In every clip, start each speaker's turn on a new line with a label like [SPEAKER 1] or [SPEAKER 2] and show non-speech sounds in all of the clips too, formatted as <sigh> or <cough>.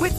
[SPEAKER 1] With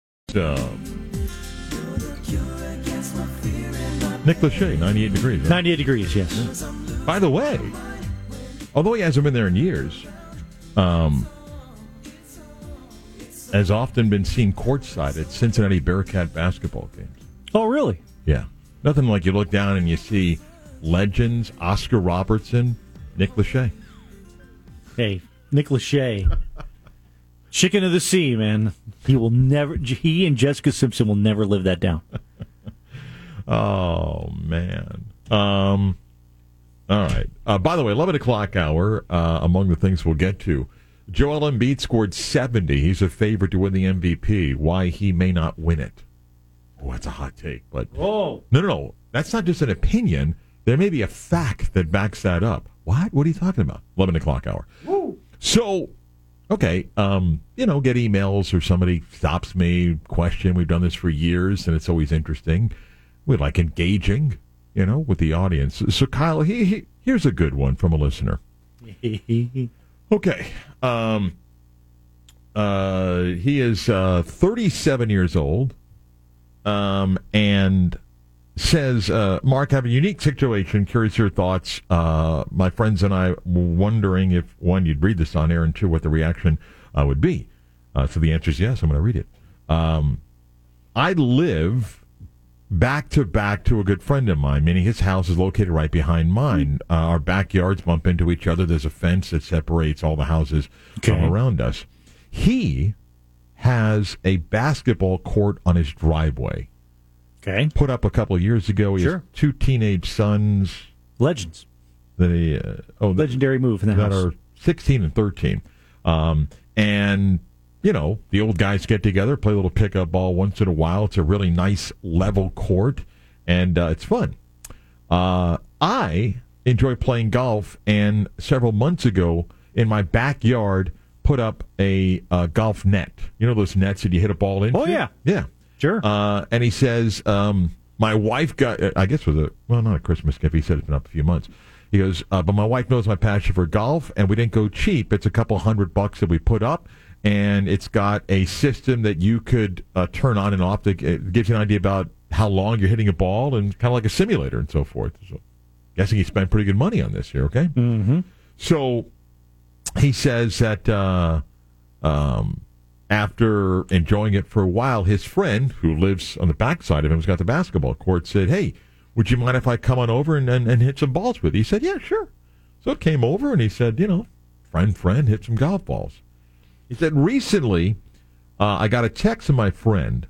[SPEAKER 2] Um, Nick Lachey, 98 degrees. right?
[SPEAKER 3] 98 degrees, yes.
[SPEAKER 2] By the way, although he hasn't been there in years, um, has often been seen courtside at Cincinnati Bearcat basketball games.
[SPEAKER 3] Oh, really?
[SPEAKER 2] Yeah. Nothing like you look down and you see legends, Oscar Robertson, Nick Lachey.
[SPEAKER 3] Hey, Nick Lachey. Chicken of the sea, man. He will never, he and Jessica Simpson will never live that down. <laughs>
[SPEAKER 2] Oh man. Um. All right. Uh, by the way, eleven o'clock hour. Uh, among the things we'll get to, Joel Embiid scored seventy. He's a favorite to win the MVP. Why he may not win it? Oh, that's a hot take. But
[SPEAKER 3] Oh.
[SPEAKER 2] no, no, no. That's not just an opinion. There may be a fact that backs that up. What? What are you talking about? Eleven o'clock hour. So, okay, um, you know, get emails or somebody stops me, question. We've done this for years, and it's always interesting. We like engaging, you know, with the audience. So, Kyle, he, he, here's a good one from a listener. Okay. Um, uh, he is uh, 37 years old um, and says, uh, Mark, I have a unique situation. Curious your thoughts. Uh, my friends and I were wondering if, one, you'd read this on air, and two, what the reaction uh, would be. Uh, so the answer is yes, I'm going to read it. Um, I live back to back to a good friend of mine, meaning his house is located right behind mine. Uh, our backyards bump into each other. There's a fence that separates all the houses
[SPEAKER 3] Okay.
[SPEAKER 2] all around us. He has a basketball court on his driveway
[SPEAKER 3] Okay.
[SPEAKER 2] put up a couple of years ago. He has
[SPEAKER 3] Sure.
[SPEAKER 2] two teenage sons
[SPEAKER 3] Legends.
[SPEAKER 2] that he uh, oh that,
[SPEAKER 3] Legendary move in the
[SPEAKER 2] that
[SPEAKER 3] house.
[SPEAKER 2] are sixteen and thirteen, um, and you know the old guys get together, play a little pickup ball once in a while. It's a really nice level court, and uh, it's fun. Uh, I enjoy playing golf, and several months ago in my backyard put up a uh, golf net. You know those nets that you hit a ball into.
[SPEAKER 3] Oh, yeah.
[SPEAKER 2] yeah.
[SPEAKER 3] Sure.
[SPEAKER 2] Uh, and he says, um, my wife got, uh, I guess it was a, well, not a Christmas gift. He said it's been up a few months. He goes, uh, but my wife knows my passion for golf, and we didn't go cheap. It's a couple hundred bucks that we put up, and it's got a system that you could uh, turn on and off. That it gives you an idea about how long you're hitting a ball, and kind of like a simulator and so forth. So, guessing he spent pretty good money on this here. Okay, mm-hmm. so he says that uh, um, after enjoying it for a while, his friend who lives on the backside of him, who's got the basketball court, said, "Hey, would you mind if I come on over and and, and hit some balls with you?" He said, "Yeah, sure." So it came over, and he said, "You know, friend, friend, hit some golf balls." He said, "Recently, uh, I got a text from my friend."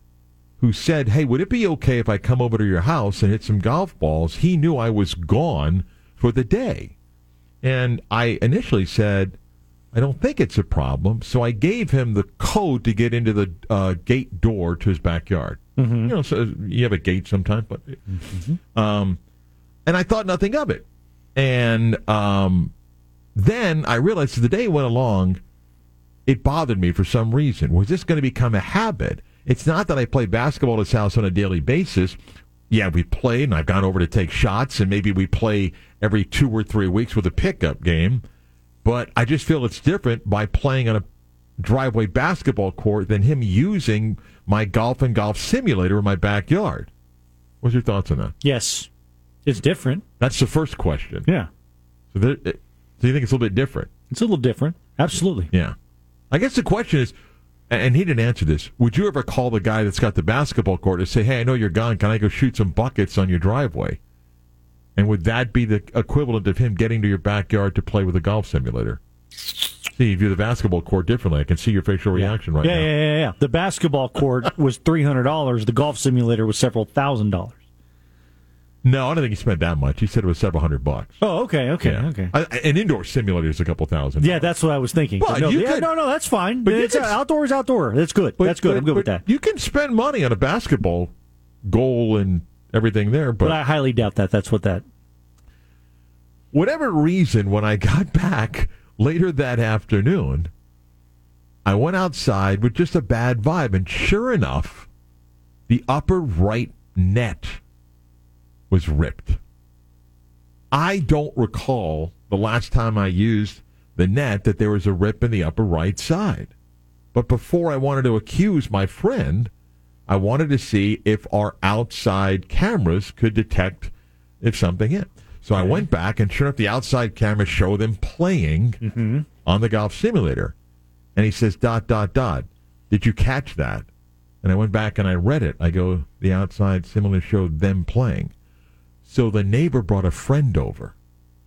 [SPEAKER 2] Who said, Hey, would it be okay if I come over to your house and hit some golf balls? He knew I was gone for the day. And I initially said, I don't think it's a problem. So I gave him the code to get into the uh, gate door to his backyard. You know, so you have a gate sometimes, but um, and I thought nothing of it. And um, then I realized as the day went along, it bothered me for some reason. Was this going to become a habit? It's not that I play basketball at his house on a daily basis. Yeah, we play, and I've gone over to take shots, and maybe we play every two or three weeks with a pickup game. But I just feel it's different by playing on a driveway basketball court than him using my golf and golf simulator in my backyard. What's your thoughts on that?
[SPEAKER 3] yes. It's different.
[SPEAKER 2] That's the first question.
[SPEAKER 3] Yeah.
[SPEAKER 2] So, there, it- so you think it's a little bit different?
[SPEAKER 3] It's a little different. Absolutely.
[SPEAKER 2] Yeah. I guess the question is, and he didn't answer this. Would you ever call the guy that's got the basketball court and say, "Hey, I know you're gone. Can I go shoot some buckets on your driveway?" And would that be the equivalent of him getting to your backyard to play with a golf simulator? See, you view the basketball court differently. I can see your facial reaction right
[SPEAKER 3] yeah,
[SPEAKER 2] now.
[SPEAKER 3] yeah, yeah, yeah.
[SPEAKER 2] <laughs>
[SPEAKER 3] The basketball court was three hundred dollars. The golf simulator was several thousand dollars.
[SPEAKER 2] No, I don't think he spent that much. He said it was several hundred bucks.
[SPEAKER 3] Oh, okay, okay, okay.
[SPEAKER 2] I, an indoor simulator is a couple thousand.
[SPEAKER 3] yeah, that's what I was thinking.
[SPEAKER 2] But
[SPEAKER 3] no,
[SPEAKER 2] you
[SPEAKER 3] yeah,
[SPEAKER 2] could-
[SPEAKER 3] no, no, that's fine.
[SPEAKER 2] but you
[SPEAKER 3] it's
[SPEAKER 2] could-
[SPEAKER 3] uh, outdoor is outdoor. That's good.
[SPEAKER 2] But-
[SPEAKER 3] that's good.
[SPEAKER 2] but-
[SPEAKER 3] I'm good with
[SPEAKER 2] but
[SPEAKER 3] that.
[SPEAKER 2] You can spend money on a basketball goal and everything there, but,
[SPEAKER 3] but I highly doubt that. That's what that.
[SPEAKER 2] whatever reason, when I got <laughs> back later that afternoon, I went outside with just a bad vibe, and sure enough, the upper right net was ripped. I don't recall the last time I used the net that there was a rip in the upper right side. But before I wanted to accuse my friend, I wanted to see if our outside cameras could detect if something is. So I went back and sure enough, the outside camera showed them playing on the golf simulator. And he says, dot, dot, dot. Did you catch that? And I went back and I read it. I go, the outside simulator showed them playing. So the neighbor brought a friend over.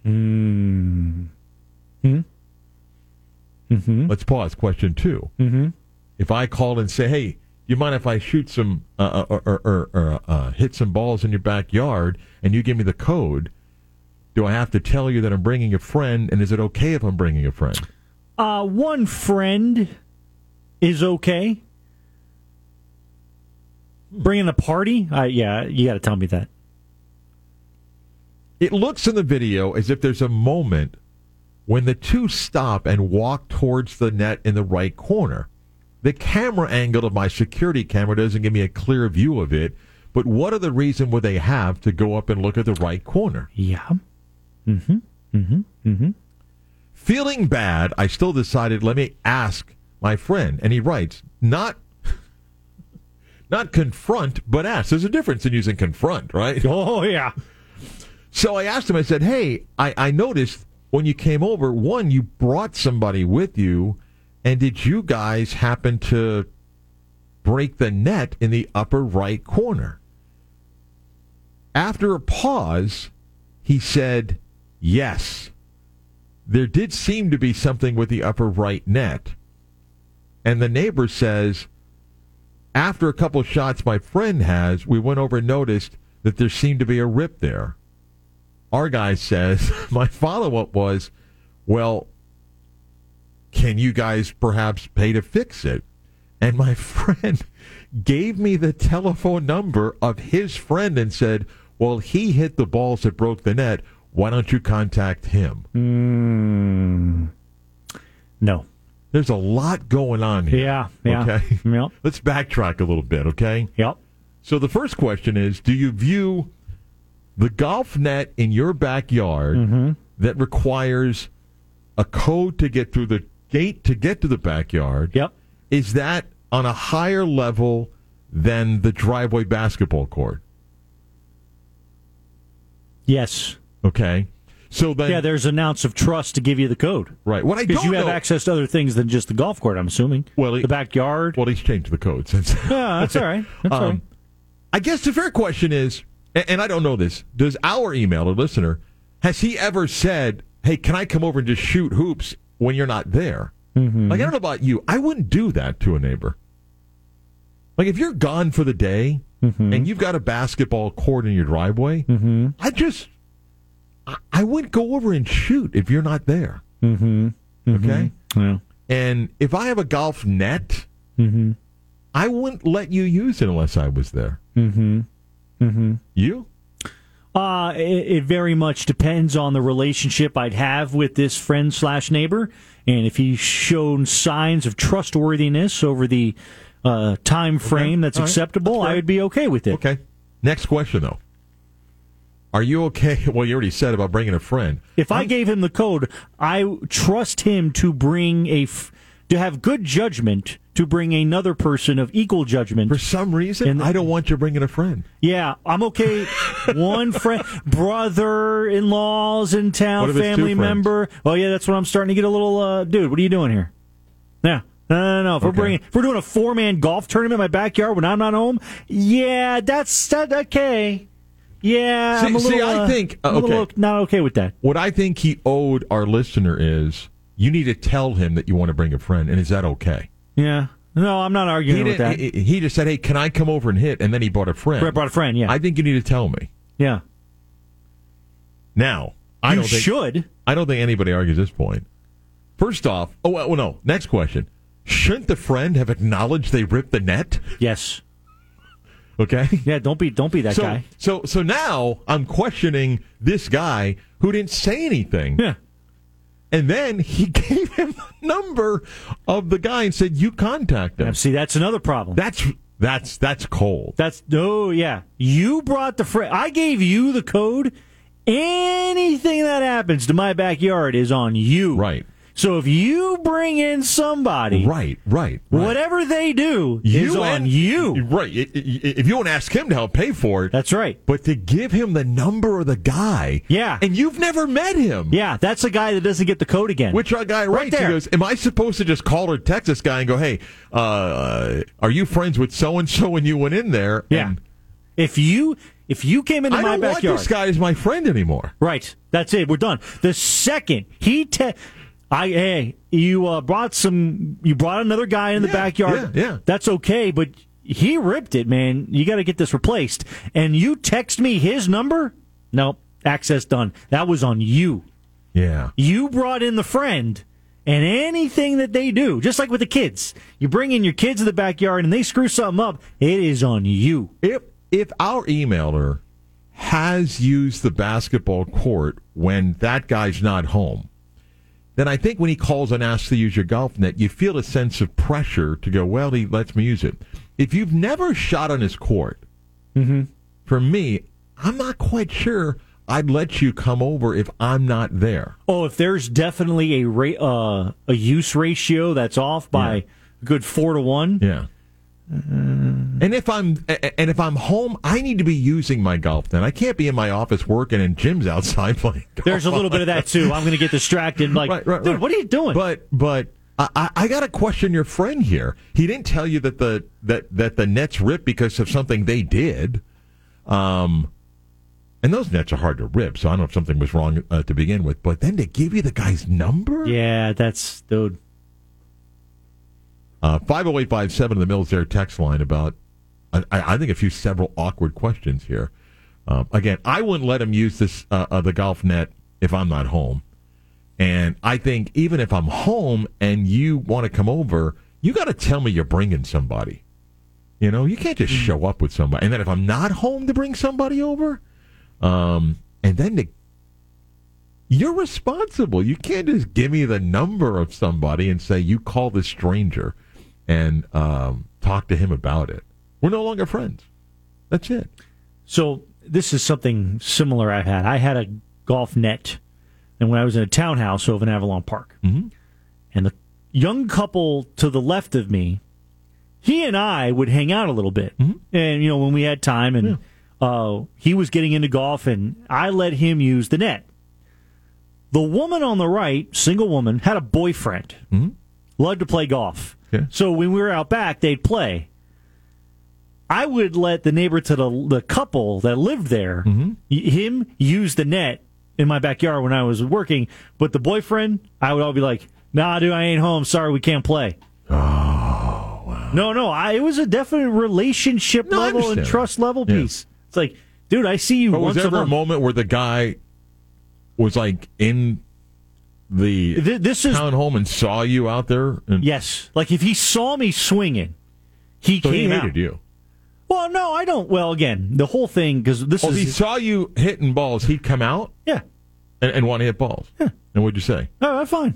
[SPEAKER 2] Mm. Hmm. Let's pause. Question 2 Mm-hmm. If I call and say, "Hey, you mind if I shoot some uh, uh, or, or, or, or uh, hit some balls in your backyard?" and you give me the code, do I have to tell you that I'm bringing a friend? And is it okay if I'm bringing a friend?
[SPEAKER 3] Uh, one friend is okay. Bringing a party? Uh, yeah, you got to tell me that.
[SPEAKER 2] It looks in the video as if there's a moment when the two stop and walk towards the net in the right corner. The camera angle of my security camera doesn't give me a clear view of it, but what other reason would they have to go up and look at the right corner?
[SPEAKER 3] Yeah.
[SPEAKER 2] Feeling bad, I still decided let me ask my friend. And he writes, not <laughs> not confront, but ask. There's a difference in using confront, right?
[SPEAKER 3] Oh yeah.
[SPEAKER 2] So I asked him, I said, Hey, I, I noticed when you came over, one, you brought somebody with you, and did you guys happen to break the net in the upper right corner? After a pause, he said, Yes. There did seem to be something with the upper right net. And the neighbor says, after a couple shots my friend has, we went over and noticed that there seemed to be a rip there. Our guy says, <laughs> my follow up was, well, can you guys perhaps pay to fix it? And my <laughs> friend gave me the telephone number of his friend and said, well, he hit the balls that broke the net. Why don't you contact him?
[SPEAKER 3] Hmm. No.
[SPEAKER 2] There's a lot going on here.
[SPEAKER 3] Yeah. Yeah.
[SPEAKER 2] <laughs> Okay.
[SPEAKER 3] Yep.
[SPEAKER 2] Let's backtrack a little bit, okay?
[SPEAKER 3] Yep.
[SPEAKER 2] So the first question is Do you view the golf net in your backyard
[SPEAKER 3] Mm-hmm.
[SPEAKER 2] that requires a code to get through the gate to get to the backyard?
[SPEAKER 3] Yep.
[SPEAKER 2] Is that on a higher level than the driveway basketball court?
[SPEAKER 3] Yes.
[SPEAKER 2] Okay. So then,
[SPEAKER 3] Yeah. There's an ounce of trust to give you the code.
[SPEAKER 2] right. What I
[SPEAKER 3] Because
[SPEAKER 2] don't
[SPEAKER 3] you have
[SPEAKER 2] know-
[SPEAKER 3] access to other things than just the golf court, I'm assuming.
[SPEAKER 2] Well, he-
[SPEAKER 3] the backyard.
[SPEAKER 2] Well, he's changed the code since.
[SPEAKER 3] yeah, that's all right. That's all right.
[SPEAKER 2] Um, I guess the fair question is, a- and I don't know this, does our emailer listener, has he ever said, hey, can I come over and just shoot hoops when you're not there? Like, I don't know about you. I wouldn't do that to a neighbor. Like, if you're gone for the day and you've got a basketball court in your driveway, I just, I, I wouldn't go over and shoot if you're not there. Mm-hmm. Okay?
[SPEAKER 3] Yeah.
[SPEAKER 2] And if I have a golf net,
[SPEAKER 3] Mm-hmm.
[SPEAKER 2] I wouldn't let you use it unless I was there. Mm-hmm. Mm-hmm. You?
[SPEAKER 3] Uh, it, it very much depends on the relationship I'd have with this friend slash neighbor, and if he's shown signs of trustworthiness over the uh, time frame that's
[SPEAKER 2] All right.
[SPEAKER 3] acceptable,
[SPEAKER 2] That's fair.
[SPEAKER 3] I would be okay with it.
[SPEAKER 2] Okay. Next question, though. Are you okay? <laughs> Well, you already said about bringing a friend.
[SPEAKER 3] If I gave him the code, I trust him to bring a f- to have good judgment to bring another person of equal judgment.
[SPEAKER 2] For some reason,
[SPEAKER 3] And-
[SPEAKER 2] I don't want you bringing a friend.
[SPEAKER 3] Yeah,
[SPEAKER 2] <laughs>
[SPEAKER 3] I'm okay. One friend, brother in laws in
[SPEAKER 2] What
[SPEAKER 3] town,
[SPEAKER 2] if it's two
[SPEAKER 3] family
[SPEAKER 2] friends?
[SPEAKER 3] member. Oh yeah, that's when I'm starting to get a little. Uh, dude, what are you doing here? Yeah. No, no, no, no. If we're
[SPEAKER 2] Okay.
[SPEAKER 3] bringing, if we're doing a four man golf tournament in my backyard when I'm not home, yeah, that's that okay. Yeah,
[SPEAKER 2] See-
[SPEAKER 3] I'm a little.
[SPEAKER 2] see, I
[SPEAKER 3] uh,
[SPEAKER 2] think- uh,
[SPEAKER 3] I'm a little
[SPEAKER 2] okay.
[SPEAKER 3] not okay with that.
[SPEAKER 2] What I think he owed our listener is you need to tell him that you want to bring a friend, and is that okay?
[SPEAKER 3] Yeah, no, I'm not
[SPEAKER 2] He,
[SPEAKER 3] arguing with
[SPEAKER 2] didn't-
[SPEAKER 3] that.
[SPEAKER 2] he- he just said, hey, can I come over and hit? And then he brought a friend.
[SPEAKER 3] Right, brought a friend, yeah.
[SPEAKER 2] I think you need to tell me.
[SPEAKER 3] yeah,
[SPEAKER 2] Now, I
[SPEAKER 3] you
[SPEAKER 2] don't think,
[SPEAKER 3] should.
[SPEAKER 2] I don't think anybody argues this point. First off, oh well, well, no. Next question: Shouldn't the friend have acknowledged they ripped the net?
[SPEAKER 3] Yes.
[SPEAKER 2] Okay.
[SPEAKER 3] Yeah. Don't be. Don't be
[SPEAKER 2] <laughs>
[SPEAKER 3] that
[SPEAKER 2] so,
[SPEAKER 3] guy.
[SPEAKER 2] so so now I'm questioning this guy who didn't say anything.
[SPEAKER 3] Yeah.
[SPEAKER 2] And then he <laughs> gave him the number of the guy and said, "You contact him."
[SPEAKER 3] Yeah, See, that's another problem.
[SPEAKER 2] That's that's that's cold.
[SPEAKER 3] That's oh yeah. You brought the friend. I gave you the code. Anything that happens to my backyard is on you. <laughs>
[SPEAKER 2] Right.
[SPEAKER 3] So if you bring in somebody,
[SPEAKER 2] Right, right. right.
[SPEAKER 3] whatever they do is on
[SPEAKER 2] and-
[SPEAKER 3] you.
[SPEAKER 2] Right. I- I- If you don't ask him to help pay for it,
[SPEAKER 3] That's right.
[SPEAKER 2] but to give him the number of the guy,
[SPEAKER 3] Yeah.
[SPEAKER 2] and you've never met him,
[SPEAKER 3] Yeah, that's the guy that doesn't get the code again.
[SPEAKER 2] Which our guy writes,
[SPEAKER 3] there.
[SPEAKER 2] he goes, "Am I supposed to just call or text this guy and go, hey, uh, are you friends with so and so when you went in there?"
[SPEAKER 3] yeah.
[SPEAKER 2] And
[SPEAKER 3] if you if you came into
[SPEAKER 2] I
[SPEAKER 3] my
[SPEAKER 2] don't want
[SPEAKER 3] backyard,
[SPEAKER 2] this guy as my friend anymore.
[SPEAKER 3] Right. That's it. We're done. The second he te- I hey, you uh, brought some you brought another guy in the
[SPEAKER 2] Yeah,
[SPEAKER 3] backyard.
[SPEAKER 2] yeah, yeah.
[SPEAKER 3] That's okay, but he ripped it, man. You got to get this replaced. And you text me his number? Nope. Access done. That was on you.
[SPEAKER 2] Yeah,
[SPEAKER 3] You brought in the friend. And anything that they do, just like with the kids, you bring in your kids in the backyard and they screw something up, it is on you.
[SPEAKER 2] if if our emailer has used the basketball court when that guy's not home, then I think when he calls and asks to use your golf net, you feel a sense of pressure to go. Well, he lets me use it. If you've never shot on his court, for me, I'm not quite sure I'd let you come over if I'm not there.
[SPEAKER 3] Oh, if there's definitely a ra- uh, a use ratio that's off by
[SPEAKER 2] Yeah.
[SPEAKER 3] a good four to one.
[SPEAKER 2] Yeah. And if I'm a- a- and if I'm home, I need to be using my golf net. I can't be in my office working and Jim's outside <laughs> playing. golf.
[SPEAKER 3] There's a little bit of that too. I'm going to get distracted. Like,
[SPEAKER 2] right, right,
[SPEAKER 3] dude,
[SPEAKER 2] right.
[SPEAKER 3] what are you doing?
[SPEAKER 2] But but I, I, I got to question your friend here. He didn't tell you that the that that the nets ripped because of something they did. Um, and those nets are hard to rip, so I don't know if something was wrong uh, to begin with. But then to give you the guy's number,
[SPEAKER 3] yeah, that's dude.
[SPEAKER 2] Uh, 50857 the Mills Air text line about, I, I think, a few several awkward questions here. Um, again, I wouldn't let him use this uh, uh, the golf net if I'm not home. And I think even if I'm home and you want to come over, you got to tell me you're bringing somebody. You know, you can't just show up with somebody. And then if I'm not home to bring somebody over, um, and then to you're responsible. You can't just give me the number of somebody and say you call this stranger and um, talk to him about it. We're no longer friends. That's it.
[SPEAKER 3] So this is something similar I've had. I had a golf net, and when I was in a townhouse over in Avalon Park,
[SPEAKER 2] Mm-hmm.
[SPEAKER 3] and the young couple to the left of me, he and I would hang out a little bit, and you know when we had time, and uh, he was getting into golf, and I let him use the net. The woman on the right, single woman, had a boyfriend, loved to play golf.
[SPEAKER 2] Yeah.
[SPEAKER 3] So when we were out back, they'd play. I would let the neighbor to the the couple that lived there, y- him use the net in my backyard when I was working. But the boyfriend, I would all be like, "Nah, dude, I ain't home. Sorry, we can't play." Oh, wow. no, no, I, it was a definite relationship
[SPEAKER 2] No, I
[SPEAKER 3] level and
[SPEAKER 2] understand.
[SPEAKER 3] trust level
[SPEAKER 2] Yeah.
[SPEAKER 3] piece. It's like, dude, I see you
[SPEAKER 2] But was
[SPEAKER 3] once
[SPEAKER 2] there
[SPEAKER 3] a
[SPEAKER 2] ever a
[SPEAKER 3] month.
[SPEAKER 2] moment where the guy was like in the
[SPEAKER 3] Th- this is
[SPEAKER 2] town home and saw you out there? And
[SPEAKER 3] yes. Like if he saw me swinging, he
[SPEAKER 2] so he
[SPEAKER 3] came
[SPEAKER 2] hated
[SPEAKER 3] out.
[SPEAKER 2] you.
[SPEAKER 3] Well, no, I don't. Well, again, the whole thing because this
[SPEAKER 2] Oh,
[SPEAKER 3] is
[SPEAKER 2] if he saw you hitting balls, he'd come out
[SPEAKER 3] yeah.
[SPEAKER 2] and, and want to hit balls. And what'd you say?
[SPEAKER 3] All right, fine.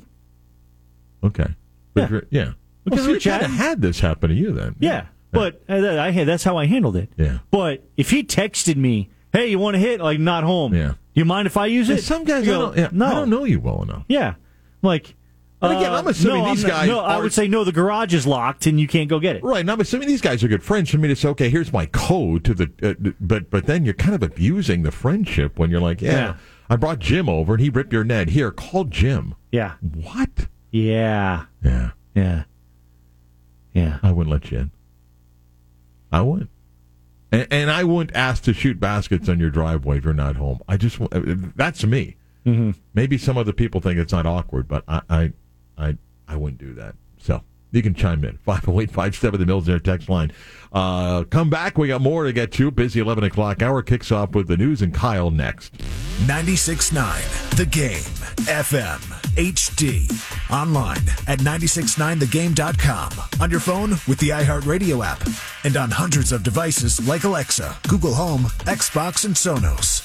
[SPEAKER 2] Okay.
[SPEAKER 3] Yeah.
[SPEAKER 2] But you're- yeah. Because
[SPEAKER 3] so
[SPEAKER 2] we kind
[SPEAKER 3] chatting.
[SPEAKER 2] of had this happen to you then.
[SPEAKER 3] Yeah, but uh, that- I had- that's how I handled it.
[SPEAKER 2] Yeah.
[SPEAKER 3] But if he texted me, "Hey, you want to hit?" Like, not home.
[SPEAKER 2] Yeah.
[SPEAKER 3] You mind if I use
[SPEAKER 2] And
[SPEAKER 3] it?
[SPEAKER 2] some guys,
[SPEAKER 3] You
[SPEAKER 2] I
[SPEAKER 3] go,
[SPEAKER 2] don't, yeah,
[SPEAKER 3] no,
[SPEAKER 2] I don't know you well enough.
[SPEAKER 3] Yeah, like.
[SPEAKER 2] But again,
[SPEAKER 3] uh,
[SPEAKER 2] I'm assuming
[SPEAKER 3] no,
[SPEAKER 2] these
[SPEAKER 3] I'm not-
[SPEAKER 2] guys
[SPEAKER 3] No, I
[SPEAKER 2] are-
[SPEAKER 3] would say no. The garage is locked, and you can't go get it.
[SPEAKER 2] Right, and I'm assuming these guys are good friends. For me to say, okay, here's my code to the, uh, but but then you're kind of abusing the friendship when you're like, yeah,
[SPEAKER 3] Yeah.
[SPEAKER 2] I brought Jim over and he ripped your net. Here, call Jim.
[SPEAKER 3] Yeah.
[SPEAKER 2] What?
[SPEAKER 3] Yeah.
[SPEAKER 2] Yeah,
[SPEAKER 3] Yeah. Yeah.
[SPEAKER 2] I wouldn't let you in. I wouldn't, and, and I wouldn't ask to shoot baskets on your driveway if you're not home. I just wa- uh, that's me. Mm-hmm. Maybe some other people think it's not awkward, but I I I, I wouldn't do that. So. You can chime in. <laughs> 508-57, the Mills Air text line. Uh, come back. We got more to get to. Busy 11 o'clock hour kicks off with the news and Kyle next.
[SPEAKER 4] 96.9 The Game, FM, HD. Online at 96.9thegame.com. On your phone with the iHeartRadio app. And on hundreds of devices like Alexa, Google Home, Xbox, and Sonos.